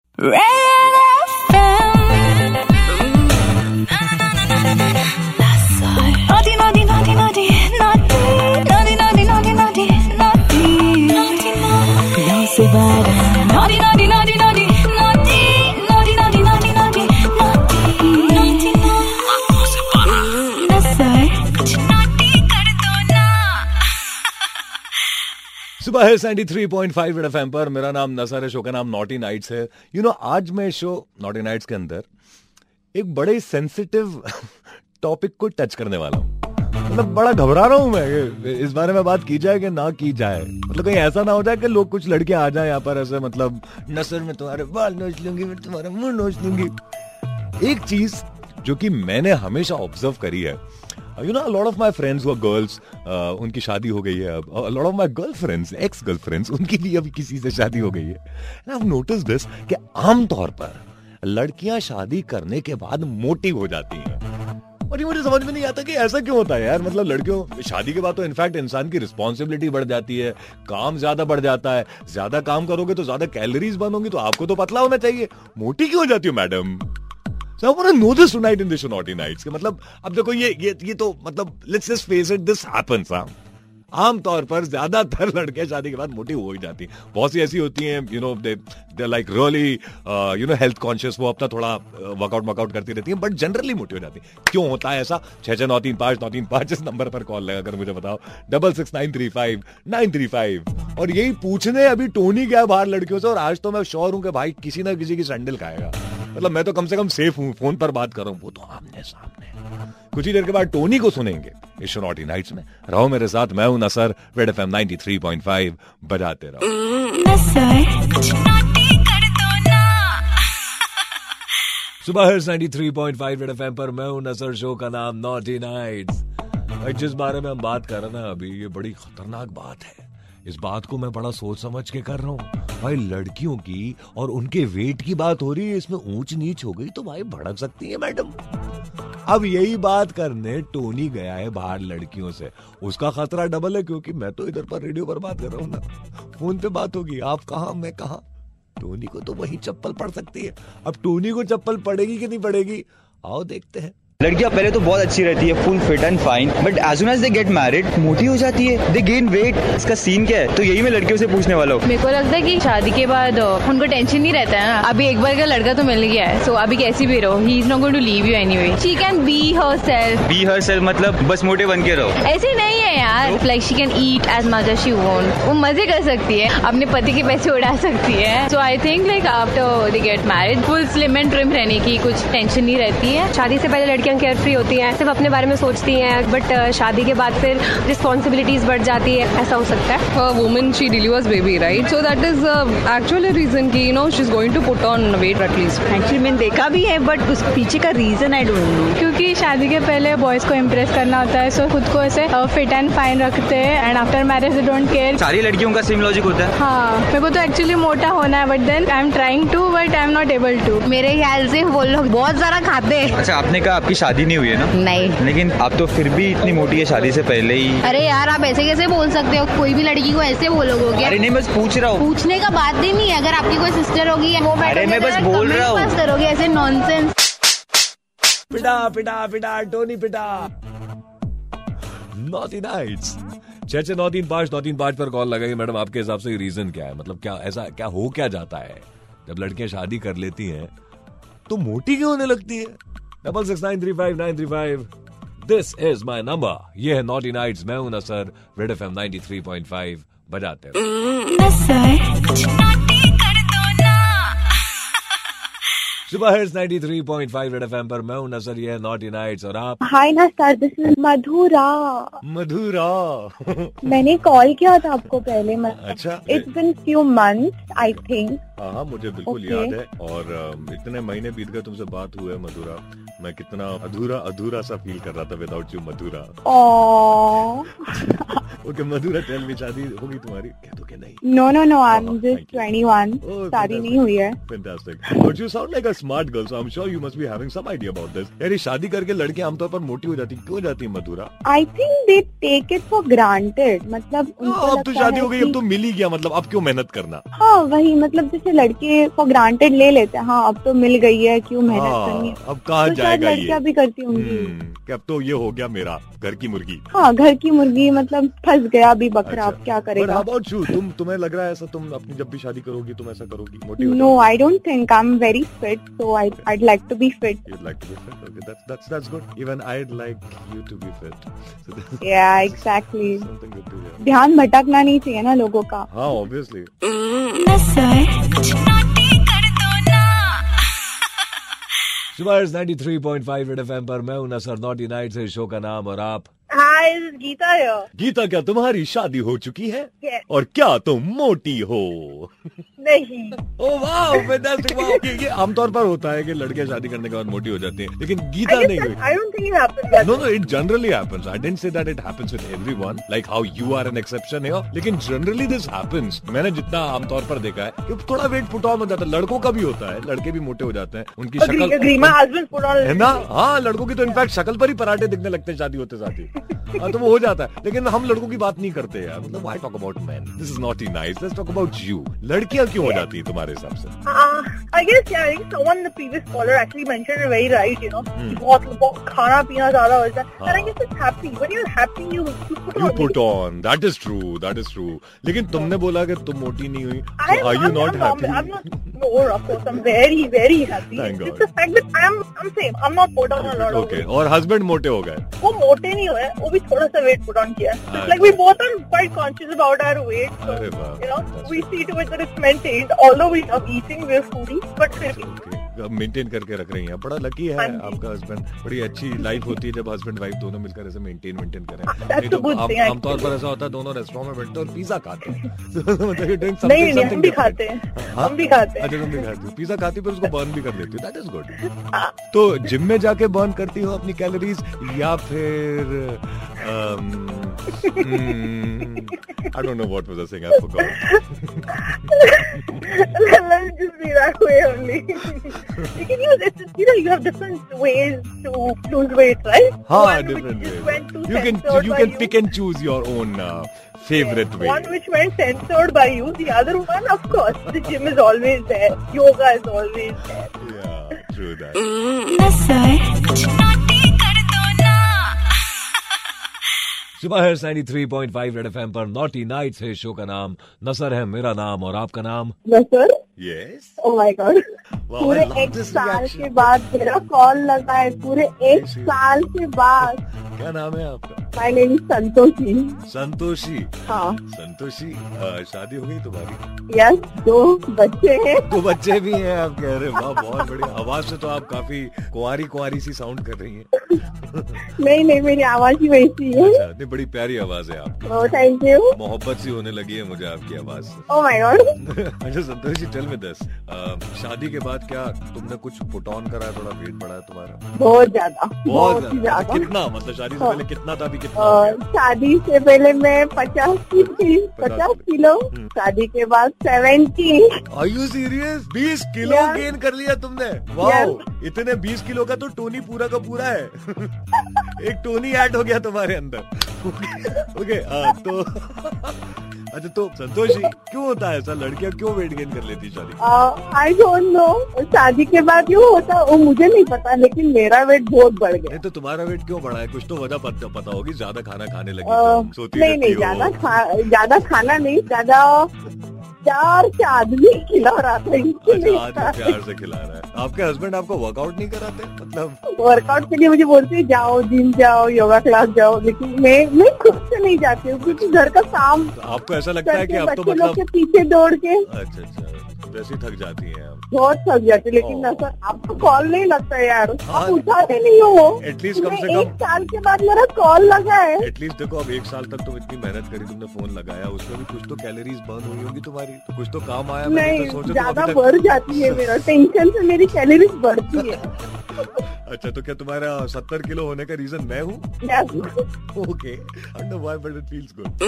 Red FM. 어디 어디 어디 어디 어디 어디 어디 어디 어디 어디 어디 어디 어디 어디 어디 어디 어디 어디 어디 낯설 naughty कर दो ना सुबह है 93.5 रेड एफएम पर मेरा नाम नसर है शो का नाम नॉटी नाइट्स है यू you नो know, आज मैं शो नॉटी नाइट्स के अंदर एक बड़े सेंसिटिव टॉपिक को टच करने वाला हूँ मतलब बड़ा घबरा रहा हूँ मैं कि इस बारे में बात की जाए कि ना की जाए मतलब कहीं ऐसा ना हो जाए कि लोग कुछ लड़के आ जाए यहाँ पर ऐसे मतलब नसर में तुम्हारे बाल नोच लूंगी मैं तुम्हारा मुंह नोच लूंगी एक चीज जो कि मैंने हमेशा ऑब्जर्व करी है uh, you know lot of my friends हुआ गर्ल्स uh, उनकी शादी हो गई है अब lot of my girl friends ex girl friends उनकी भी अभी किसी से शादी हो गई है एंड आई नोटिस दिस कि आमतौर पर लड़कियां शादी करने के बाद मोटी हो जाती हैं और ये मुझे समझ में नहीं आता कि ऐसा क्यों होता है यार मतलब लड़कियों शादी के बाद तो इनफैक्ट इंसान की रिस्पॉन्सिबिलिटी बढ़ जाती है काम ज्यादा बढ़ जाता है ज्यादा काम करोगे तो ज्यादा कैलोरीज बनोगी तो आपको तो पतला होना चाहिए मोटी क्यों हो जाती हो madam So I want to know this tonight in the show Naughty Nights. कि मतलब अब देखो ये ये ये तो मतलब let's just face it this happens हाँ आमतौर पर ज्यादातर लड़के शादी के बाद मोटी हो ही जाती हैं बहुत सी ऐसी होती हैं you know they they like really you know health conscious वो अपना थोड़ा वर्कआउट वर्कआउट करती रहती हैं बट जनरली मोटी हो जाती हैं क्यों होता है ऐसा छः छः नौ तीन पाँच नौ तीन पाँच इस नंबर पर कॉल लगा कर मुझे बताओ double six nine three five nine three five और यही पूछने अभी टोनी गया बाहर लड़कियों से और आज तो मैं श्योर हूं कि भाई किसी ना किसी की सैंडल खाएगा मतलब मैं तो कम से कम सेफ हूँ फोन पर बात कर रहा हूँ वो तो आमने सामने कुछ ही देर के बाद टोनी को सुनेंगे इस शोनौटी नाइट्स में रहो मेरे साथ मैं हूं Nasar Red F M ninety three point five बजाते रहो 낯설 naughty कर दो ना सुबह हर्ष 93.5 रेड एफएम पर मैं हूं नसर शो का नाम नॉटी नाइट्स भाई जिस बारे में हम बात कर रहे हैं ना अभी ये बड़ी खतरनाक बात है इस बात को मैं बड़ा सोच समझ के कर रहा हूँ भाई लड़कियों की और उनके वेट की बात हो रही है इसमें ऊंच नीच हो गई तो भाई भड़क सकती है मैडम अब यही बात करने टोनी गया है बाहर लड़कियों से उसका खतरा डबल है क्योंकि मैं तो इधर पर रेडियो पर बात कर रहा हूँ ना फोन पे बात होगी आप कहा मैं कहा टोनी को तो वही चप्पल पड़ सकती है अब टोनी को चप्पल पड़ेगी कि नहीं पड़ेगी आओ देखते हैं लड़कियां पहले तो बहुत अच्छी रहती है full fit and fine but as सुन एज दे गेट मैरिड मोटी हो जाती है दे गेन वेट इसका सीन क्या है तो यही मैं लड़कियों से पूछने वाला हूँ मेरे को लगता है कि शादी के बाद अ, उनको टेंशन नहीं रहता है ना अभी एक बार का लड़का तो मिल गया है सो अभी कैसी भी रहो he is not going to leave you anyway she can be herself be herself मतलब बस मोटे बन के रहो ऐसे नहीं है यार like she can eat as much as she won't वो मजे कर सकती है अपने पति के पैसे उड़ा सकती है so I think like after they get married full slim and trim रहने की कुछ टेंशन नहीं रहती है शादी से पहले लड़कियां केयर फ्री होती हैं सिर्फ अपने बारे में सोचती हैं बट शादी के बाद फिर रिस्पॉन्सिबिलिटीज बढ़ जाती है ऐसा हो सकता है a woman she delivers baby right so that is uh, actually a reason ki you know she's going to put on weight at least actually मैंने देखा भी है बट उस पीछे का रीजन आई डोंट नो क्योंकि शादी के पहले बॉयज को इम्प्रेस करना होता है सो खुद को ऐसे uh, फिट एंड फाइन रखते हैं and after marriage they don't care सारी लड़कियों का सेम लॉजिक होता है हाँ मेरे को तो एक्चुअली मोटा होना है but then I am trying to but I am not able to मेरे ख्याल से वो लोग बहुत सारा खाते हैं अच्छा आपने कहा आपकी शादी नहीं हुई है ना नहीं लेकिन आप तो फिर भी इतनी मोटी है शादी से पहले ही अरे यार आप ऐसे कैसे बोल सकते हो कोई भी लड़की को ऐसे बोलोगे अरे क्या नहीं बस पूछ रहा हूँ पूछने का बात ही नहीं है। अगर आपकी कोई सिस्टर होगी या वो अरे मैं बस बोल रहा हूँ। पास करोगे ऐसे नॉनसेंस पिटा पिटा पिटा टोनी पिटा नॉटी नाइट्स छह छह नौ तीन पाँच नौ तीन पाँच पर कॉल लगाइए मैडम आपके हिसाब से रीजन क्या है मतलब क्या ऐसा क्या हो क्या जाता है जब लड़कियां शादी कर लेती हैं तो मोटी क्यों होने लगती है double six nine three five nine three five this is my number ये है नॉटी नाइट्स मैं हूं Nasar Red F M ninety three point five बजाते रहो। 낯설 naughty कर दो ना सुबह हिट्स 93.5 रेड एफएम पर मैं हूं नसर ये नॉटी नाइट्स और आप हाय ना sir this is Madhura Madhura मैंने कॉल किया था आपको पहले अच्छा। मतलब it's been few months I think हाँ हाँ मुझे बिल्कुल Okay. याद है और अम, इतने महीने बीत गए तुमसे बात हुए मधुरा मैं कितना अधूरा अधूरा सा फील कर रहा था without you Madhura oh okay Madhura tell में शादी होगी तुम्हारी कह दो कि नहीं no no no I am just twenty one Oh, शादी नहीं हुई है Fantastic. But you sound like a smart girl, so I'm sure you must be having some idea about this. यार ये शादी करके लड़के आमतौर पर मोटी हो जाती क्यों जाती है Madhura I think they take it for granted मतलब उनको अब तो लगता शादी है हो गई अब कि- तो मिल ही गया मतलब अब क्यों मेहनत करना हाँ वही मतलब जैसे लड़के फॉर ग्रांटेड ले लेते हैं हाँ अब तो मिल गई है क्यों मेहनत करनी हाँ, है अब कहाँ तो शायद जाएगा ये लड़कियां भी करती होंगी हम्म, कि अब तो ये हो गया मेरा घर की मुर्गी हाँ घर की मुर्गी मतलब फंस गया अभी बकरा अच्छा। अब क्या बट करेगा अबाउट यू तुम तुम्हें लग रहा है ऐसा तुम अपनी जब भी शादी करोगी तुम ऐसा करोगी मोटी हो no I don't think I am very fit so I I like to be fit You'd like to be fit. Okay, that's that's that's good. Even I'd like you to be fit. So that's या exactly something good to hear. ध्यान भटकना नहीं चाहिए ना लोगों का हाँ obviously सुबह 93.5 रेड एफएम पर मैं हूं नसर नॉटी नाइट से शो का नाम और आप हाय हाँ, तो गीता here. गीता क्या तुम्हारी शादी हो चुकी है Yes. और क्या तुम मोटी हो नहीं ओ वाह फैंटास्टिक वाह ये ये आमतौर पर होता है कि लड़कियां शादी करने के बाद मोटी हो जाती हैं लेकिन गीता नहीं हुई I don't think it happens No, no, it generally happens. I didn't say that it happens with everyone, like how you are an exception here. लेकिन generally this happens. मैंने जितना आमतौर पर देखा है कि थोड़ा वेट पुट ऑन हो जाता है लड़कों का भी होता है लड़के भी मोटे हो जाते हैं उनकी Agree, शक्ल agree. My husband put on a है ना हाँ लड़कों की तो इनफैक्ट शक्ल पर ही पराठे दिखने लगते हैं शादी होते साथ ही हाँ, तो वो हो जाता है लेकिन हम लड़कों की बात नहीं करते यार मतलब why talk about man this is not ई nice let's talk about you लड़कियां क्यों हो जाती है तुम्हारे हिसाब से Uh, I guess yeah, I think someone the previous caller actually mentioned it very right, you know. Hmm. बहुत बहुत खाना पीना ज्यादा हो जाता हाँ। है And I guess it's happy. When you're happy, you, you put you on. Put on that is true that is true लेकिन तुमने बोला कि तुम मोटी नहीं हुई तो I am, are you I'm, नॉट I'm, normal. I'm happy not. No, of course, I'm very, very happy. Thank it's God. the fact that I'm, I'm same. I'm not put on a lot of okay और husband मोटे हो गए weight. वो मोटे नहीं हुए, वो भी थोड़ा सा weight put on किया. है. अच्छा। Like we both are quite conscious about our weight. So, अरे वाह, you know, we see to it that it's maintained. Although we love eating, we're foodies, but फिर भी. मेंटेन करके रख रही हैं बड़ा लकी है हाँ जी। आपका हस्बैंड बड़ी अच्छी लाइफ होती है जब हस्बैंड वाइफ दोनों मिलकर ऐसे मेंटेन मेंटेन करें that's नहीं तो a तो good आम- thing, actually. आमतौर पर ऐसा होता है दोनों रेस्टोरेंट में बैठते हैं और पिज्जा खाते हैं मतलब you're doing नहीं something- नहीं हम something भी different. खाते हैं हाँ? हम भी खाते हैं अच्छा तुम भी खाती हो पिज्जा खाती हो, पर उसको बर्न भी कर लेती हो दैट इज गुड हाँ। तो जिम में जाके बर्न करती हो अपनी कैलोरीज या फिर um, I don't know what was I saying I Let's just be that way only. you can use it's, you know you have different ways to lose weight, right? हाँ One different which went to you can censored you by can you. Pick and choose your own uh, favourite way One which went censored by you, the other one, of course, the gym is always there. Yoga is always there. True that सुबह है 93.5 red FM पर naughty nights है show का नाम नसर है मेरा नाम और आपका नाम sir yes oh my God Wow, Oh पूरे I love एक this साल reaction. के बाद मेरा कॉल लगा है पूरे एक साल के बाद क्या नाम है आपका my name is Santoshi Santoshi हाँ संतोषी अ, शादी हो गई तुम्हारी यस दो बच्चे हैं तो बच्चे भी हैं आप कह रहे वाह बहुत बढ़िया आवाज से तो आप काफी कुंवारी कुंवारी सी साउंड कर रही हैं नहीं नहीं मेरी आवाज ही वैसी है Oh, अच्छा इतनी बड़ी प्यारी आवाज है आपकी ओ थैंक यू मोहब्बत सी होने लगी है मुझे आपकी आवाज से ओ माय गॉड अच्छा संतोष जी टेल में दस शादी के बाद क्या तुमने कुछ पुट ऑन करा है थोड़ा वेट बढ़ा है तुम्हारा बहुत ज्यादा बहुत ज्यादा। ही ज्यादा कितना मतलब शादी से हाँ। पहले कितना था अभी कितना हो और गया? शादी से पहले मैं पचास की थी पचास किलो हम्म। शादी के बाद seventy Are you serious? 20 kilo Yes. Gain कर लिया तुमने वाओ इतने 20 किलो का तो टोनी पूरा का पूरा है एक टोनी ऐड हो गया तुम्हारे अंदर ओके तो अच्छा तो संतोष जी क्यों होता है ऐसा लड़कियां क्यों वेट गेन कर लेती है शादी के आई डोंट नो शादी के बाद क्यों होता वो मुझे नहीं पता लेकिन मेरा वेट बहुत बढ़ गया नहीं तो तुम्हारा वेट क्यों बढ़ा है कुछ तो वजह पता पता होगी ज्यादा खाना खाने लगी अ, तुम, सोती नहीं रहती नहीं हो। अच्छा, ज्यादा खा- ज्यादा खाना नहीं ज्यादा चार से आदमी खिला रहा था अच्छा आदमी इसलिए प्यार से खिला रहा है आपके हस्बैंड आपको वर्कआउट नहीं कराते मतलब वर्कआउट के लिए मुझे बोलते हैं, जाओ जिम जाओ योगा क्लास जाओ लेकिन मैं मैं खुद से नहीं जाती हूँ क्योंकि घर का काम आपको ऐसा लगता है कि करके आप तो बच्चे लोग के मतलब पीछे दौड़ के अच्छा अच्छा वैसे ही थक जाती है आप बहुत थक जाती लेकिन ना सर आपको कॉल नहीं लगता यार आप उठाते नहीं हो वो Atleast हाँ। कम से तुमने एक कम- साल के बाद मेरा कॉल लगा है एटलीस्ट देखो अब एक साल तक तुम इतनी मेहनत करी तुमने फोन लगाया उसमें भी कुछ तो कैलोरीज बर्न हुई होगी तुम्हारी तो कुछ तो काम आया मैंने तो नहीं सोचा तुम ज्यादा अभी तक- बढ़ जाती है मेरा टेंशन से मेरी कैलोरीज बढ़ती है अच्छा तो क्या तुम्हारा सत्तर किलो होने का रीजन मैं हूँ okay I know why but it feels good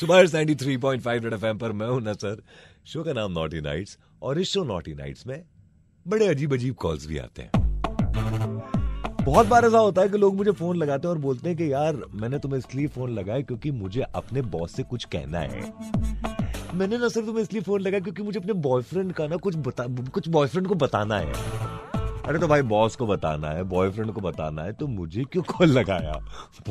सुबह 93.5 रेड एफएम पर मैं हूं ना सर शो का नाम नॉटी नाइट्स और इस शो नॉटी नाइट्स में बड़े अजीब अजीब कॉल्स भी आते हैं बहुत बार ऐसा होता है कि लोग मुझे फोन लगाते हैं और बोलते हैं कि यार मैंने तुम्हें इसलिए फोन लगाया क्योंकि मुझे अपने बॉस से कुछ कहना है मैंने ना सर तुम्हें इसलिए फोन लगा क्योंकि मुझे अपने बॉयफ्रेंड का ना कुछ बता कुछ बॉयफ्रेंड को बताना है अरे तो भाई बॉस को बताना है बॉयफ्रेंड को बताना है तो मुझे क्यों कॉल लगाया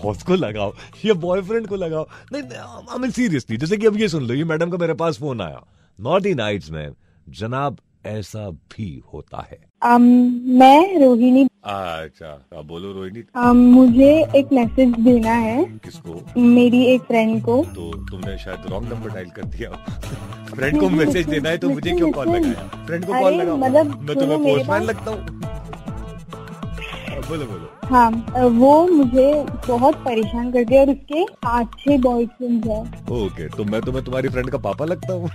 बॉस को लगाओ या बॉयफ्रेंड को लगाओ नहीं आई मीन सीरियसली जैसे कि अब ये सुन लो ये मैडम का मेरे पास फोन आया नॉट इन नाइट्स में जनाब ऐसा भी होता है um, मैं रोहिणी अच्छा अब बोलो रोहिणी um, मुझे एक मैसेज देना है किसको मेरी एक फ्रेंड को तो तुमने शायद रॉन्ग नंबर डायल कर दिया फ्रेंड को मैसेज देना है तो मुझे क्यों कॉल लगाया फ्रेंड को कॉल अरे, लगाओ मतलब मैं सुनो, तुम्हें मेरे पोस्टमैन पास- लगता हूँ बोलो बोलो हाँ अ, वो मुझे बहुत परेशान करती है और उसके पाँच छह बॉयफ्रेंड है ओके तो मैं तुम्हें तुम्हारी फ्रेंड का पापा लगता हूँ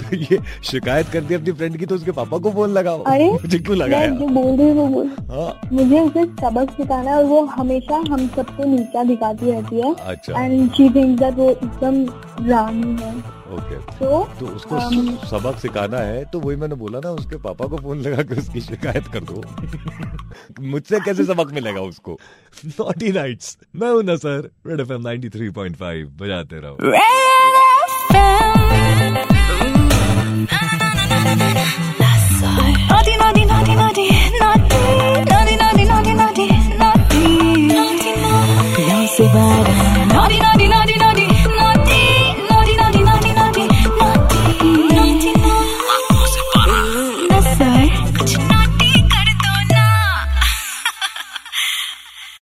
तो ये शिकायत कर दी अपनी फ्रेंड की तो उसके पापा को फोन लगाओ अरे मुझे क्यों मैं जो लगाया बोल रही हूँ वो बोल हाँ मुझे उसे सबक सिखाना है और वो हमेशा हम सबको नीचा दिखाती रहती है अच्छा। एंड शी थिंक दैट वो एकदम रानी है ओके तो तो उसको um, सबक सिखाना है तो वही मैंने बोला ना उसके पापा को फोन लगा के उसकी शिकायत कर दो मुझसे कैसे सबक मिलेगा उसको नॉटी नाइट्स मैं हूं ना सर रेड एफ एम 93.5 बजाते रहो Red FM.